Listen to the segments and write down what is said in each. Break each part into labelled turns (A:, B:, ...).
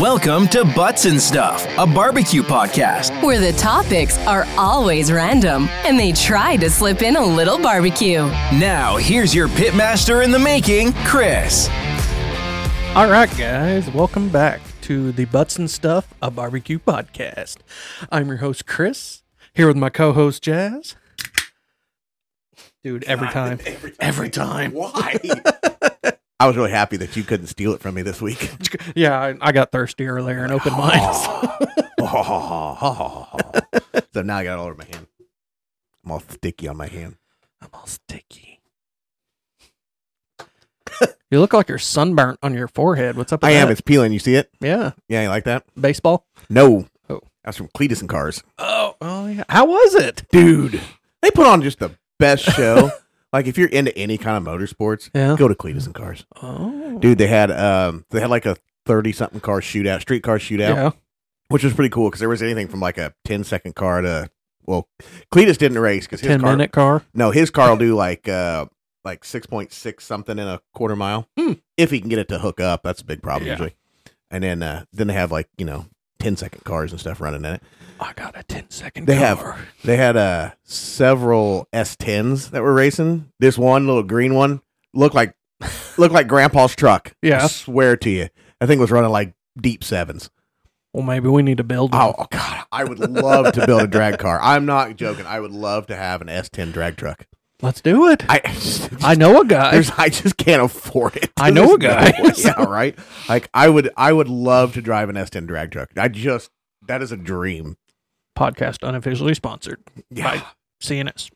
A: Welcome to Butts and Stuff, a barbecue podcast.
B: where the topics are always random and they try to slip in a little barbecue.
A: Now, here's your pitmaster in the making, Chris.
C: All right, guys, welcome back to the Butts and Stuff, a barbecue podcast. I'm your host, Chris, here with my co host, Jazz. Dude, every time. Every time.
D: Why? I was really happy that you couldn't steal it from me this week.
C: Yeah, I, I got thirsty earlier and opened mine.
D: Oh. so now I got it all over my hand. I'm all sticky on my hand.
C: I'm all sticky. you look like you're sunburnt on your forehead. What's up with
D: I am.
C: that?
D: It's peeling. You see it?
C: yeah,
D: Yeah, you like that?
C: baseball.
D: No.
C: Oh.
D: That's from Cletus and Cars.
C: Oh, oh yeah. How was it?
D: Dude, they put on just the best show. like if you're into any kind of motorsports,
C: Yeah.
D: go to Cletus and Cars.
C: Oh.
D: Dude, they had um they had like a 30 something car shootout, street car shootout.
C: Yeah.
D: which was pretty cool because there was anything from like a 10 second car to well cletus didn't race because his
C: 10
D: car
C: minute car.
D: no his car will do like uh like 6.6 something in a quarter mile
C: Hmm.
D: if he can get it to hook up that's a big problem
C: Yeah.
D: usually and then uh then they have like you know 10 second cars and stuff running in it
C: I got a 10 second
D: They have-
C: car.
D: they had uh several s10s that were racing this one little green one looked like looked like grandpa's truck
C: Yeah.
D: I swear to you i think it was running like deep sevens
C: Well, maybe we need to build one.
D: Oh, oh, God, I would love to build a drag car. I'm not joking. I would love to have an S10 drag truck.
C: Let's do it.
D: I
C: I know a guy.
D: there's, I just can't afford it.
C: I know a
D: There's
C: guy.
D: way. yeah, right. Like I would I would love to drive an S10 drag truck. I just that is a dream.
C: Podcast unofficially sponsored
D: Yeah,
C: by CNS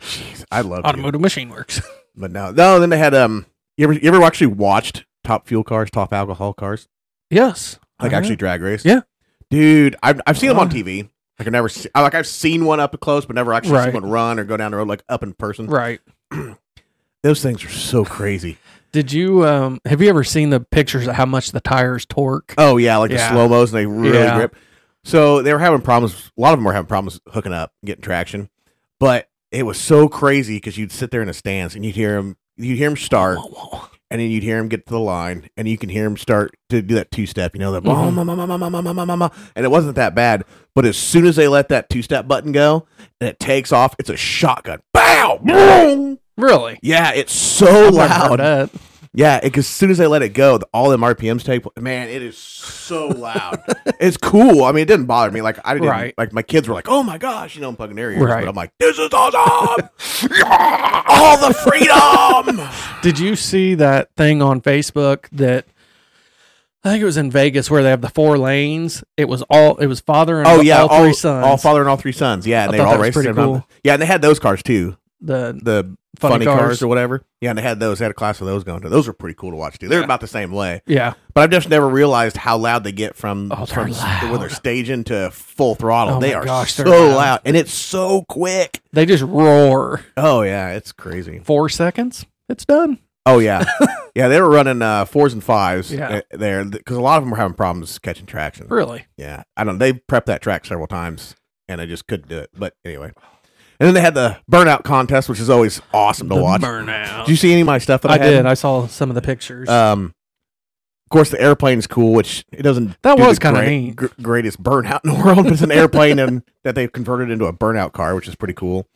D: jeez, I love to.
C: Automotive Machine Works.
D: But no, no. Then they had um. You ever you ever actually watched top fuel cars, top alcohol cars,
C: Yes.
D: like
C: Uh-huh.
D: actually drag race?
C: Yeah. Uh-huh.
D: dude, I've I've seen them on
C: Wow.
D: TV. Like I've never se- like I've seen one up close, but never actually
C: Right.
D: seen one run or go down the road like up in person.
C: Uh-huh. Right.
D: Those things are so crazy.
C: Did you um have you ever seen the pictures of how much the tires torque?
D: Oh yeah, like
C: Yeah.
D: the slow mos and they really
C: Yeah.
D: grip. So they were having problems. A lot of them were having problems hooking up, getting traction. But it was so crazy because you'd sit there in the stands and you'd hear them. You'd hear them start, and then you'd hear them get to the line, and you can hear them start to do that two step. You know, the
C: Mhm.
D: ma, ma, ma, ma, ma, ma, ma, ma, ma, ma. and it wasn't that bad. But as soon as they let that two step button go and it takes off, it's a shotgun. Bow, boom.
C: Really?
D: Yeah, it's so
C: I've never heard
D: loud.
C: that.
D: Yeah, because as soon as they let it go, the, all them RPMs take. Man, it is so loud. it's cool. I mean, it didn't bother me. Like I didn't.
C: Right.
D: Like my kids were like, "Oh my gosh," you know, I'm plugging their ears.
C: Right.
D: But I'm like, "This is awesome! Yeah, all the freedom!"
C: Did you see that thing on Facebook that I think it was in Vegas where they have the four lanes? It was all it was father and
D: oh yeah,
C: all, three sons.
D: all father and all three sons. Yeah, and
C: I
D: they were
C: thought
D: all
C: that was
D: racing.
C: pretty
D: around.
C: cool.
D: Yeah, and they had those cars too.
C: the
D: The
C: Funny
D: funny, cars.
C: cars.
D: or whatever. Yeah, and they had those. They had a class of those going to. Those were pretty cool to watch too. They're about the same way.
C: yeah.
D: But I've just never realized how loud they get from,
C: Oh, they're
D: from s- when
C: loud.
D: they're staging to full throttle.
C: Oh
D: they
C: my
D: are
C: gosh,
D: so
C: they're
D: loud.
C: loud.
D: and it's so quick.
C: They just roar.
D: Oh yeah, it's crazy.
C: Four seconds. It's done.
D: Oh yeah, yeah. They were running uh, fours and fives
C: Yeah.
D: uh, there because a lot of them were having problems catching traction.
C: Really?
D: Yeah, I don't. They prepped that track several times and they just couldn't do it. But anyway, and then they had the burnout contest, which is always awesome to
C: The
D: watch.
C: burnout.
D: Did you see any of my stuff that I,
C: I
D: had?
C: did. I saw some of the pictures.
D: Um, of course, the airplane's cool, which it doesn't.
C: That
D: do
C: was
D: the
C: kinda
D: great-
C: neat.
D: gr- greatest burnout in the world, but it's an airplane and that they've converted into a burnout car, which is pretty cool.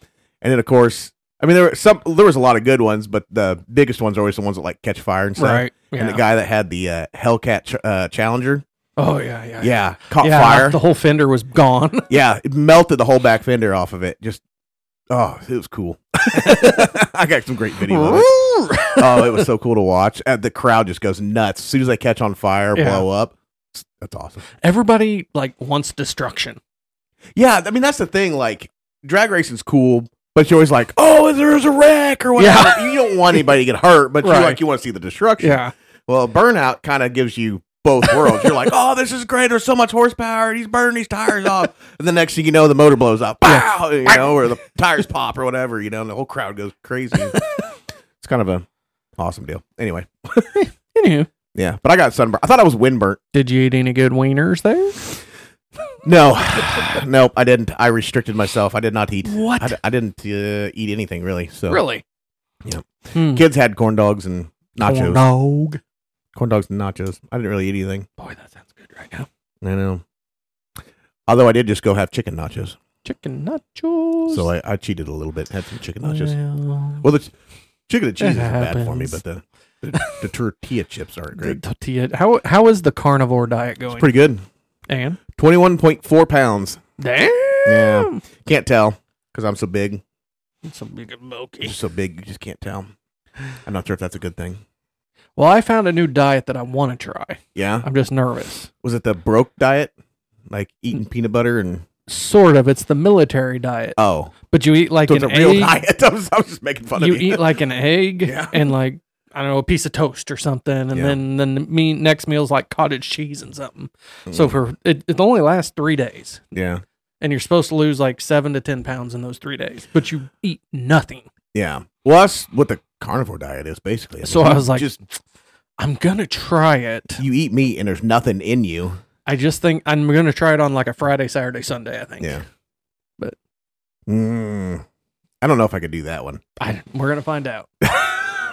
D: And then, of course, I mean, there were some. There was a lot of good ones, but the biggest ones are always the ones that like catch fire and stuff.
C: right. Yeah.
D: And the guy that had the uh, Hellcat ch- uh, Challenger,
C: oh yeah, yeah,
D: yeah, caught
C: Yeah,
D: fire.
C: The whole fender was gone.
D: yeah, it melted the whole back fender off of it. Just oh, it was cool. I got some great video. Of it oh, it was so cool to watch. And the crowd just goes nuts as soon as they catch on fire,
C: Yeah.
D: blow up. S- That's awesome.
C: Everybody like wants destruction.
D: Yeah, I mean that's the thing. Like drag racing's cool, but you're always like, oh, there's a wreck or whatever. You don't want anybody to get hurt, but
C: Right.
D: you like you want to see the destruction. Well, burnout kind of gives you both worlds. You're like, oh, this is great. There's so much horsepower. He's burning these tires off. And the next thing you know, the motor blows up. Wow, you know, or the tires pop or whatever. You know, and the whole crowd goes crazy. it's kind of a awesome deal. Anyway.
C: Anywho,
D: Yeah, but I got sunburned. I thought I was windburnt.
C: did you eat any good wieners there?
D: No, nope, I didn't. I restricted myself. I did not eat.
C: What?
D: I, d- I didn't uh, eat anything really. So
C: really?
D: Yep.
C: Hmm.
D: kids had corn dogs and nachos.
C: Corn dog.
D: Corn dogs and nachos. I didn't really eat anything.
C: Boy, that sounds good right now.
D: I know. Although I did just go have chicken nachos,
C: Chicken nachos.
D: so I, I cheated a little bit. Had some chicken nachos.
C: Well,
D: Well, the ch- chicken and cheese is
C: It
D: bad for me,
C: happens.
D: but the the, the tortilla chips aren't
C: the
D: great.
C: tortilla. How how is the carnivore diet going?
D: Pretty good.
C: and
D: Twenty one point four pounds.
C: damn,
D: Yeah. Can't tell because I'm so big.
C: It's so big and
D: I'm
C: bulky.
D: just so big, you just can't tell. I'm not sure if that's a good thing.
C: Well, I found a new diet that I want to try.
D: Yeah.
C: I'm just nervous.
D: Was it the broke diet? Like eating peanut butter and
C: Sort of. It's the military diet,
D: oh,
C: but you eat like
D: so
C: an
D: it's a real
C: egg.
D: diet. I was, I was just making fun
C: you
D: of you.
C: eat like an egg
D: Yeah.
C: and like I don't know a piece of toast or something, and
D: Yeah.
C: then then the me next meal's like cottage cheese and something. So
D: Mm.
C: for it, it only lasts three days,
D: yeah,
C: and you're supposed to lose like seven to ten pounds in those three days, but you eat nothing.
D: yeah. Well, that's what the carnivore diet is basically.
C: So I was like,
D: just
C: I'm gonna try it.
D: you eat meat and there's nothing in you.
C: I just think I'm gonna try it on like a Friday, Saturday, Sunday. I think.
D: Yeah,
C: But-
D: Mm. I don't know if I could do that one.
C: I, we're gonna find out.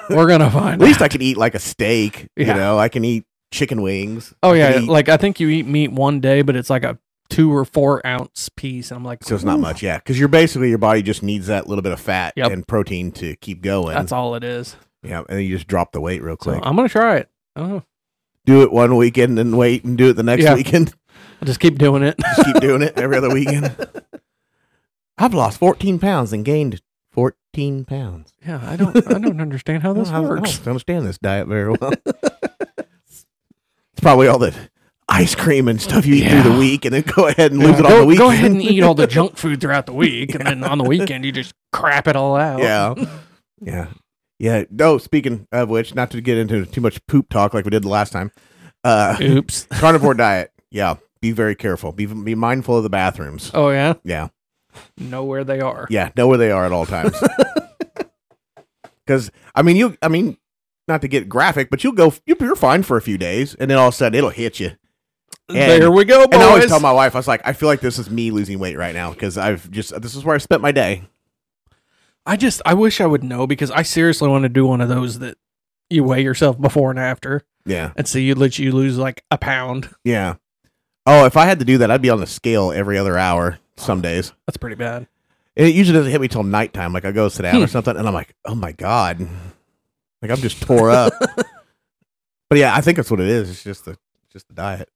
C: we're gonna
D: At
C: find.
D: least
C: out.
D: I could eat like a steak. You
C: Yeah.
D: know, I can eat chicken wings.
C: oh
D: I
C: yeah,
D: could eat-
C: like I think you eat meat one day, but it's like a two or four ounce piece, and I'm like,
D: So it's not much, yeah, because you're basically your body just needs that little bit of fat
C: Yep.
D: and protein to keep going.
C: That's all it is.
D: Yeah, and then you just drop the weight real
C: So
D: quick.
C: I'm gonna try it. I don't know.
D: do it one weekend and wait, and do it the next
C: Yeah.
D: weekend.
C: I'll just keep doing it.
D: Just keep doing it every other weekend. I've lost 14 pounds and gained 14 pounds.
C: yeah, I don't. I don't understand how
D: I don't-
C: this
D: I don't, I
C: works.
D: don't understand this diet very well. it's probably all the ice cream and stuff you eat through the
C: Yeah.
D: week, and then go ahead and
C: Yeah,
D: lose it
C: go,
D: on the weekend.
C: go ahead and eat all the junk food throughout the week, and then on the weekend you just crap it all out.
D: yeah. Yeah. Yeah. No, speaking of which, not to get into too much poop talk like we did the last time. Uh
C: Oops.
D: carnivore diet. Yeah. Be very careful. Be be mindful of the bathrooms.
C: Oh yeah.
D: Yeah.
C: Know where they are.
D: Yeah. Know where they are at all times. Cause I mean you I mean, not to get graphic, but you'll go you're you're fine for a few days and then all of a sudden it'll hit you. And-
C: there we go,
D: And I always
C: boys.
D: tell my wife, I was like, I feel like this is me losing weight right now because I've just this is where I spent my day.
C: I just I wish I would know because I seriously want to do one of those that you weigh yourself before and after
D: Yeah,
C: and see you let you lose like a pound.
D: yeah. Oh, if I had to do that, I'd be on the scale every other hour some days.
C: That's pretty bad.
D: And it usually doesn't hit me till nighttime. Like I go sit down or
C: Hmm.
D: something, and I'm like, oh my god, like I'm just tore up. but yeah, I think that's what it is. It's just the just the diet.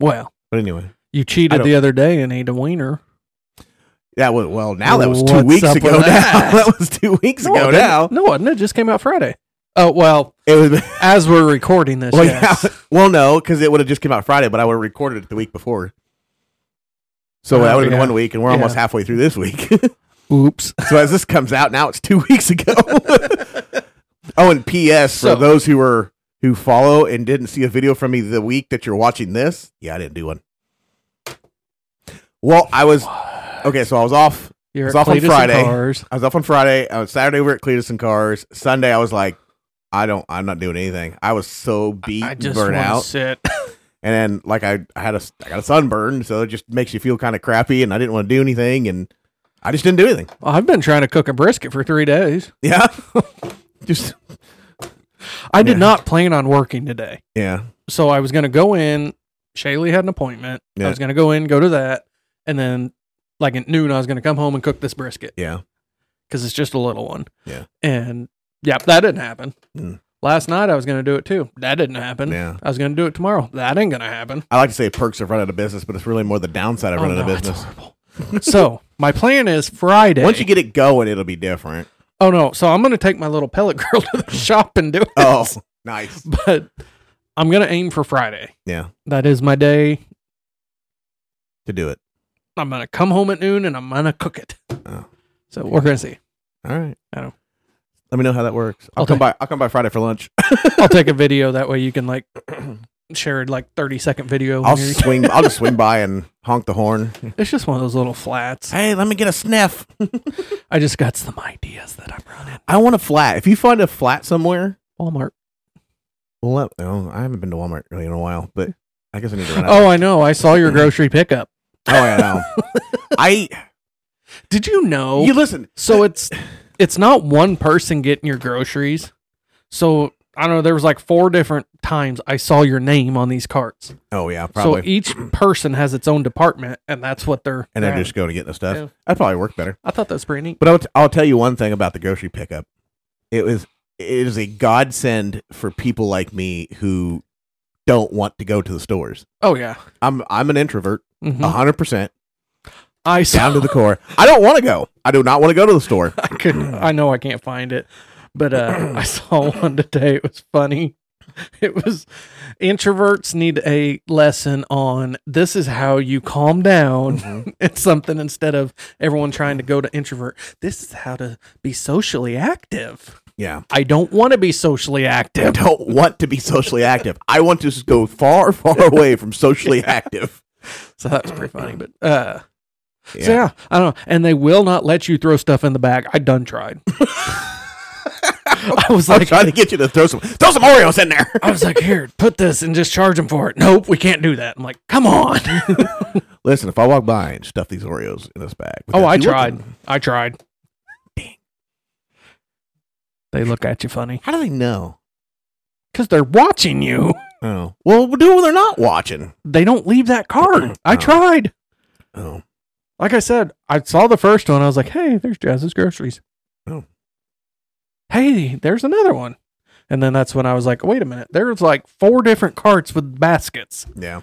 C: Well,
D: But anyway,
C: you
D: I
C: cheated
D: don't-
C: the other day and ate a wiener.
D: that was well. Now that was two
C: What's
D: weeks
C: up
D: ago. Now
C: with that?
D: that was two weeks
C: No,
D: ago.
C: it didn't.
D: Now
C: no, it wasn't. It just came out Friday. Oh well,
D: it was.
C: as we're recording this,
D: Well,
C: yes.
D: yeah. Well, no, because it would have just come out Friday, but I would have recorded it the week before. So
C: Oh,
D: that would have
C: yeah.
D: been one week, and we're almost
C: Yeah.
D: halfway through this week.
C: Oops.
D: So as this comes out now, it's two weeks ago. oh, and P.S.
C: So-
D: for those who were who follow and didn't see a video from me the week that you're watching this, yeah, I didn't do one. Well, I was okay. So I was off.
C: You're
D: It's
C: at
D: off on
C: Cletus and
D: Friday.
C: Cars.
D: I was off on Friday. On Saturday, we were at Cletus and Cars. Sunday, I was like, I don't. I'm not doing anything. I was so beat,
C: I just
D: burnt
C: wanna
D: out,
C: sit.
D: and then like I, I had a, I got a sunburn, so it just makes you feel kind of crappy, and I didn't want to do anything, and I just didn't do anything.
C: I've been trying to cook a brisket for three days.
D: Yeah, just
C: I did
D: Yeah.
C: not plan on working today.
D: yeah.
C: so I was gonna go in. Shaylee had an appointment.
D: Yeah.
C: I was gonna go in, go to that, and then like at noon, I was gonna come home and cook this brisket
D: Yeah.
C: because it's just a little one.
D: Yeah.
C: And yeah, that didn't happen.
D: Mm.
C: Last night I was gonna do it too. That didn't happen.
D: Yeah.
C: I was gonna do it tomorrow. That ain't gonna happen.
D: I like to say perks of running a business, but it's really more the downside of
C: Oh,
D: running a
C: no, it's
D: business.
C: horrible. so my plan is Friday.
D: Once you get it going, it'll be different.
C: oh no, so I'm gonna take my little pellet girl to the shop and do it.
D: Oh, nice.
C: but I'm gonna aim for Friday.
D: Yeah,
C: That is my day.
D: to do it.
C: I'm gonna come home at noon and I'm gonna cook it.
D: Oh.
C: So we're gonna see.
D: All right.
C: I know.
D: Let me know how that works. I'll
C: Okay.
D: come by. I'll come by Friday for lunch.
C: I'll take a video that way you can like share like thirty second video. when
D: I'll
C: you're-
D: swing. I'll just swing by and honk the horn.
C: it's just one of those little flats.
D: Hey, let me get a sniff.
C: I just got some ideas that I'm running.
D: I want a flat. If you find a flat somewhere,
C: Walmart.
D: well, let, oh, I haven't been to Walmart really in a while, but I guess I need to run out.
C: Oh, I know. I saw your grocery pickup.
D: oh yeah, no. I
C: Did you know?
D: you listen.
C: so it's it's not one person getting your groceries. So I don't know, there was like four different times I saw your name on these carts.
D: Oh yeah, probably.
C: So each person has its own department, and that's what they're.
D: and they're
C: driving.
D: just going to get the stuff.
C: Yeah.
D: That'd probably work better.
C: I thought that was pretty neat.
D: But I'll, t- I'll tell you one thing about the grocery pickup. It was it is a godsend for people like me who don't want to go to the stores.
C: Oh yeah,
D: I'm I'm an introvert,
C: Mhm.
D: a hundred percent
C: I saw.
D: down to the core. I don't want to go. I do not want to go to the store.
C: I could. I know I can't find it, but uh, I saw one today. It was funny. It was introverts need a lesson on this is how you calm down
D: Mm-hmm.
C: and something instead of everyone trying to go to introvert. This is how to be socially active.
D: Yeah,
C: I don't want to be socially
D: I
C: active.
D: don't want to be socially active. I want to s- go far, far away from socially active.
C: So that's pretty funny. But uh,
D: Yeah.
C: so yeah, I don't know. And they will not let you throw stuff in the bag. I done tried. I was
D: I'm
C: like,
D: trying to get you to throw some throw some Oreos in there.
C: I was like, here, put this and just charge them for it. Nope, we can't do that. I'm like, come on.
D: Listen, if I walk by and stuff these Oreos in this bag,
C: oh,
D: without
C: I
D: you
C: tried.
D: looking,
C: I tried. They look at you funny
D: how do they know?
C: because they're watching you.
D: Oh, well, we'll do it when they're not watching.
C: They don't leave that card. I
D: Oh.
C: tried.
D: Oh,
C: Like I said, I saw the first one. I was like, hey, there's Jazz's groceries.
D: Oh.
C: Hey, there's another one. And then that's when I was like, wait a minute. There's like four different carts with baskets.
D: yeah.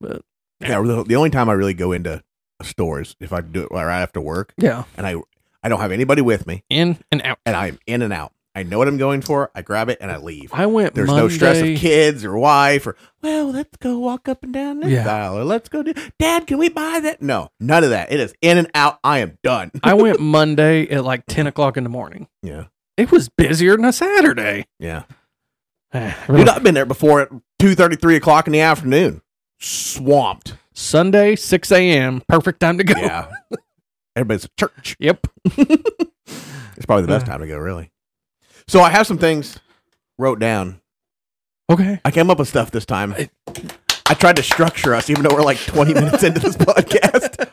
C: But-
D: yeah, the, the only time I really go into stores if I do it right after work,
C: Yeah.
D: and I I don't have anybody with me,
C: In and out.
D: and I'm in and out. I know what I'm going for. I grab it and I leave.
C: I went
D: There's
C: Monday.
D: no stress of kids or wife or well, let's go walk up and down this
C: Yeah.
D: aisle or let's go do. Dad, can we buy that? No, none of that. It is in and out. I am done.
C: I went Monday at like 10 o'clock in the morning.
D: Yeah,
C: It was busier than a Saturday.
D: yeah. Dude,
C: Really?
D: I've been there before at two thirty, three o'clock in the afternoon, swamped.
C: Sunday, 6 a.m. Perfect time to go.
D: Yeah. Everybody's at church.
C: Yep.
D: It's probably the best time to go, really. So I have some things wrote down.
C: Okay.
D: I came up with stuff this time. I tried to structure us, even though we're like 20 minutes into this podcast.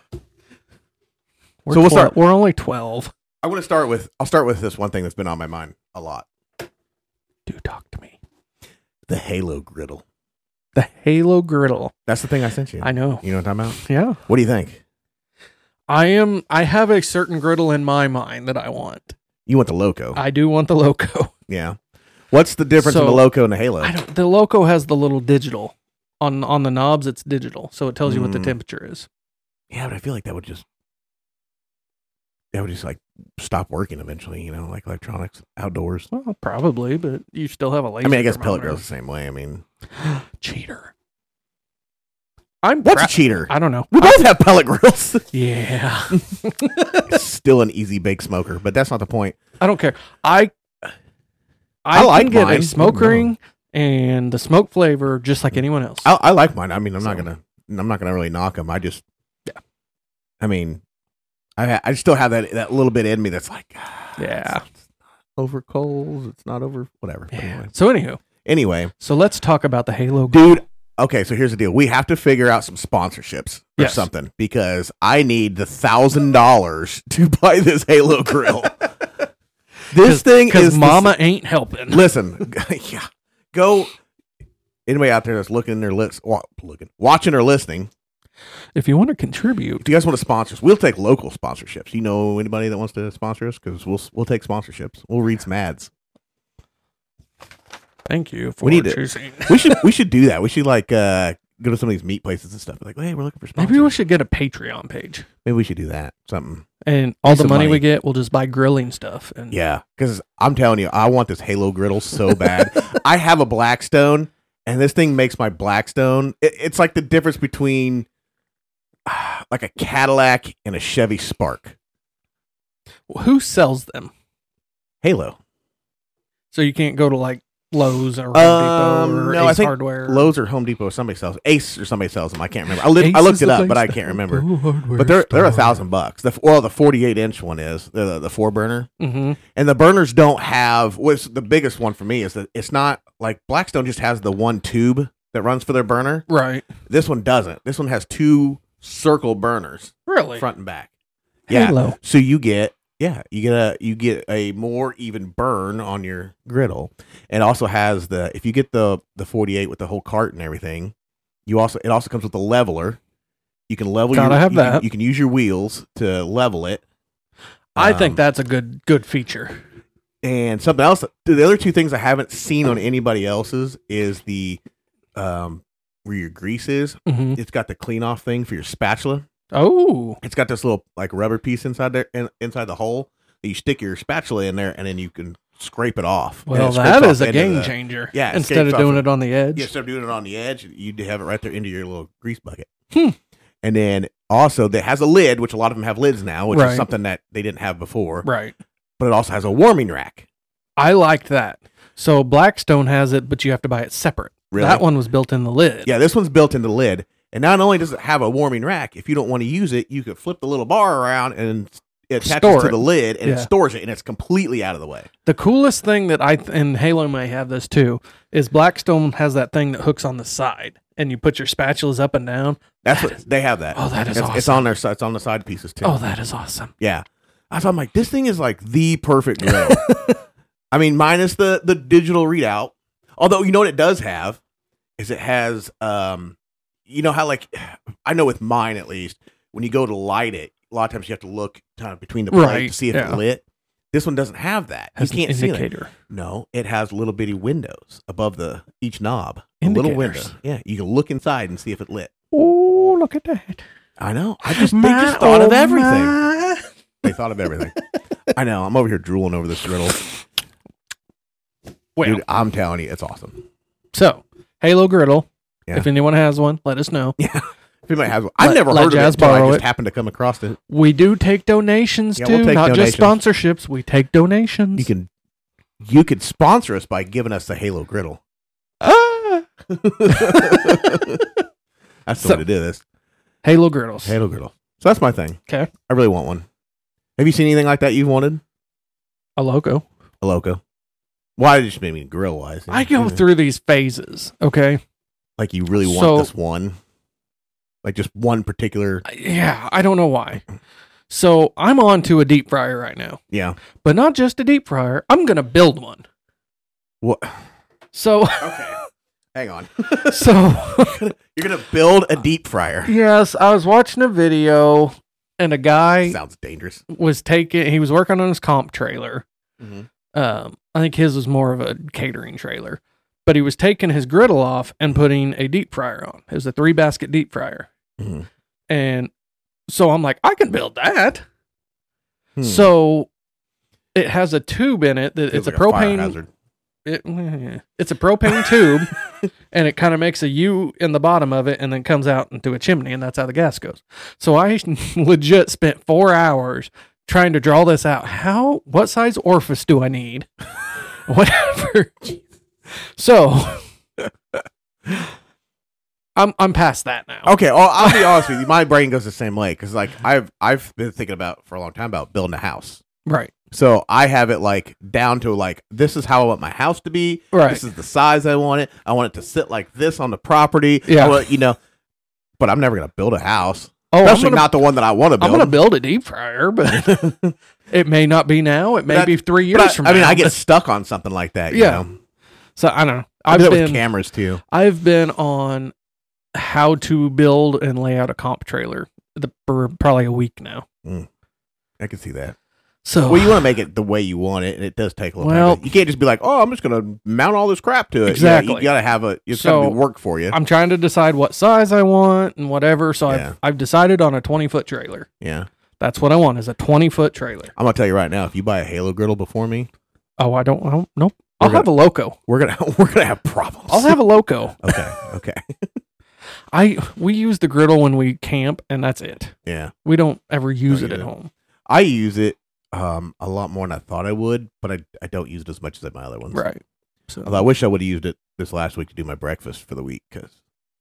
C: We're
D: So we'll
C: 12
D: start-
C: We're only 12.
D: I want to start with, I'll start with this one thing that's been on my mind a lot
C: Do talk to me.
D: the Halo griddle.
C: The Halo griddle.
D: That's the thing I sent you.
C: I know.
D: You know what I'm talking about?
C: Yeah.
D: What do you think?
C: I am. I have a certain griddle in my mind that I want.
D: You want the Loco.
C: I do want the Loco.
D: yeah. What's the difference in the
C: So-
D: Loco and the Halo?
C: I don't. The Loco has the little digital on on the knobs. It's digital, so it tells you what the
D: Mm.
C: temperature is.
D: Yeah, but I feel like that would just that would just like stop working eventually. You know, like electronics outdoors.
C: Well, probably, but you still have a laser.
D: I mean, I guess pellet
C: thermometer.
D: grills the same way. I mean,
C: cheater. I'm
D: what's
C: prou-
D: a cheater?
C: I don't know.
D: we both have pellet grills.
C: Yeah,
D: Still an easy bake smoker, but that's not the point.
C: I don't care. I I,
D: I like
C: can get
D: mine.
C: a smoke ring and the smoke flavor just like anyone else.
D: I, I like mine. I mean, I'm not
C: So-
D: gonna I'm not gonna really knock them. I just I mean, I ha- I still have that that little bit in me that's like ah,
C: Yeah.
D: it's- it's not over coals. It's not over whatever. But
C: yeah.
D: Anyway.
C: So anywho,
D: anyway,
C: so let's talk about the Halo. gr-
D: dude okay so here's the deal we have to figure out some sponsorships or
C: Yes.
D: something because i need the thousand dollars to buy this halo grill this thing is
C: because
D: the-
C: Mama ain't helping.
D: listen yeah go anybody out there that's looking or lis- wa- looking watching or listening
C: If you want to contribute,
D: if you guys want to sponsor us we'll take local sponsorships you know anybody that wants to sponsor us because we'll we'll take sponsorships we'll read some ads
C: thank you for
D: We need to-
C: choosing.
D: we should we should do that we should like uh go to some of these meat places and stuff like hey we're looking for sponsors
C: Maybe we should get a Patreon page,
D: maybe we should do that something
C: and all
D: Make
C: the
D: some
C: money, we
D: money.
C: get, we'll just buy grilling stuff. And
D: Yeah, because I'm telling you, I want this Halo griddle so bad. I have a Blackstone, and this thing makes my Blackstone. It, it's like the difference between ah, like a Cadillac and a Chevy Spark.
C: who sells them?
D: Halo.
C: So you can't go to like Lowe's or Home
D: Um,
C: Depot or
D: no, I
C: Ace
D: think
C: Hardware.
D: Lowe's or Home Depot, somebody sells Ace or somebody sells them. I can't remember. I, lit I looked it up, but I can't remember. But they're they're a thousand bucks. The f- well, the 48 inch one is the the four burner.
C: Mm-hmm.
D: and the burners don't have what's the biggest one for me is that it's not like blackstone just has the one tube that runs for their burner
C: Right.
D: this one doesn't this one has two circle burners
C: Really?
D: front and back yeah
C: Halo.
D: so you get Yeah, you get a you get a more even burn on your griddle. It also has the if you get the the 48 with the whole cart and everything, you also it also comes with a leveler. You can level
C: Gotta
D: your
C: have
D: you can-
C: that.
D: you can use your wheels to level it.
C: I think
D: Um,
C: that's a good good feature.
D: and something else the other two things i haven't seen on anybody else's is the um where your grease is
C: Mhm.
D: it's got the clean off thing for your spatula
C: Oh,
D: it's got this little like rubber piece inside there in, inside the hole that you stick your spatula in there and then you can scrape it off And
C: well,
D: it scrapes
C: that
D: off
C: is
D: the
C: a
D: end of
C: game
D: the-
C: changer.
D: Yeah, it
C: instead
D: escapes
C: of
D: off
C: doing
D: of-
C: it on the edge.
D: yeah, instead of doing it on the edge you'd have it right there into your little grease bucket
C: Hmm.
D: and then also that has a lid which a lot of them have lids now which
C: Right.
D: is something that they didn't have before
C: Right.
D: but it also has a warming rack
C: I liked that. So Blackstone has it, but you have to buy it separate.
D: Really?
C: That one was built in the lid.
D: Yeah, this one's built into the lid. And not only does it have a warming rack, if you don't want to use it, you could flip the little bar around and it attaches
C: Store
D: to
C: it.
D: the lid and
C: Yeah.
D: it stores it and it's completely out of the way.
C: The coolest thing that I th- and Halo may have this too is Blackstone has that thing that hooks on the side, and you put your spatulas up and down.
D: That's what they have that.
C: oh, that is
D: it's, it's
C: awesome.
D: on their si- it's on the side pieces too.
C: Oh, that is awesome.
D: yeah. I thought I'm like, this thing is like the perfect grill. I mean, minus the the digital readout. Although you know what it does have is it has um you know how like I know with mine at least, when you go to light it, a lot of times you have to look kind of between the plate
C: Right,
D: to see if
C: yeah.
D: it lit. This one doesn't have that.
C: Has
D: you can't
C: an
D: see it.
C: indicator.
D: No, it has little bitty windows above the each knob. A little window.
C: Indicators.
D: Yeah. You can look inside and see if it lit.
C: Oh, look at that!
D: I know. I just, they
C: My,
D: just thought of
C: oh,
D: everything.
C: my.
D: They thought of everything. I know. I'm over here drooling over this riddle.
C: Well,
D: Dude, I'm telling you, it's awesome.
C: so Halo Griddle.
D: Yeah.
C: If anyone has one, let us know.
D: If anybody has one, I've
C: Let-
D: never
C: let
D: heard of
C: Jazz
D: it. Until I
C: borrow
D: just
C: it.
D: happened to come across it.
C: We do take donations
D: Yeah,
C: too,
D: we'll take
C: not just
D: donations.
C: sponsorships. We take donations.
D: You can, you could sponsor us by giving us the Halo griddle.
C: ah!
D: That's the
C: So-
D: way to do this.
C: Halo Griddles.
D: Halo griddle. So that's my thing.
C: Okay,
D: I really want one. Have you seen anything like that you've wanted?
C: a logo.
D: A loco. Why did you just make me grill wise?
C: I go through these phases. Okay.
D: like you really want
C: So-
D: this one, like just one particular.
C: I- Yeah, I don't know why. So I'm on to a deep fryer right now,
D: Yeah.
C: but not just a deep fryer. I'm gonna build one.
D: What?
C: So,
D: Okay. Hang on.
C: so
D: You're gonna build a deep fryer.
C: yes, I was watching a video and a guy
D: Sounds dangerous.
C: was taking. He was working on his comp trailer.
D: Mhm.
C: Um, I think his was more of a catering trailer, but he was taking his griddle off and putting a deep fryer on. It was a three basket deep fryer,
D: Mhm.
C: and so I'm like, I can build that.
D: Hmm.
C: So it has a tube in it that it's
D: Feels
C: a
D: like fire
C: propane.
D: hazard.
C: it- it's a propane tube, and it kind of makes a U in the bottom of it, and then comes out into a chimney, and that's how the gas goes. So I legit spent four hours trying to draw this out. How? What size orifice do I need? Whatever. So. I'm I'm past that now.
D: Okay, well, I'll be honest with you. My brain goes the same way because, like, I've I've been thinking about for a long time about building a house.
C: Right.
D: So I have it like down to like this is how I want my house to be.
C: Right.
D: This is the size I want it. I want it to sit like this on the property.
C: Yeah.
D: I want- you know. But I'm never gonna build a house,
C: Oh, I'm
D: especially
C: gonna-
D: not the one that I want to
C: I'm
D: build.
C: gonna build a deep fryer, but it may not be now. It may
D: That-
C: be three years
D: But I,
C: from
D: I
C: now.
D: mean, I get stuck on something like that.
C: Yeah.
D: Yeah. You know?
C: so I don't know.
D: I
C: I've
D: do that with
C: been
D: cameras too.
C: I've been on how to build and lay out a comp trailer the, for probably a week now.
D: I can see that.
C: So
D: Well, you want to make it the way you want it, and it does take a little
C: Well-
D: time. You can't just be like, "Oh, I'm just gonna mount all this crap to it." You know, You,
C: Exactly.
D: gotta have a. It's
C: So,
D: gotta be work for you.
C: I'm trying to decide what size I want and whatever. So
D: Yeah.
C: I've I've decided on a 20 foot trailer.
D: yeah.
C: That's what I want is a 20 foot trailer.
D: I'm gonna tell you right now. If you buy a Halo griddle before me,
C: Oh, I don't. I don't nope.
D: We're
C: I'll have a loco.
D: we're gonna we're gonna have problems.
C: I'll have a loco.
D: okay. Okay.
C: I we use the griddle when we camp, and that's it.
D: Yeah.
C: We don't ever use
D: Don't
C: it at
D: use it.
C: home.
D: I use it um a lot more than I thought I would, but I I don't use it as much as my other ones.
C: Right. So
D: Although I wish I would have used it this last week to do my breakfast for the week because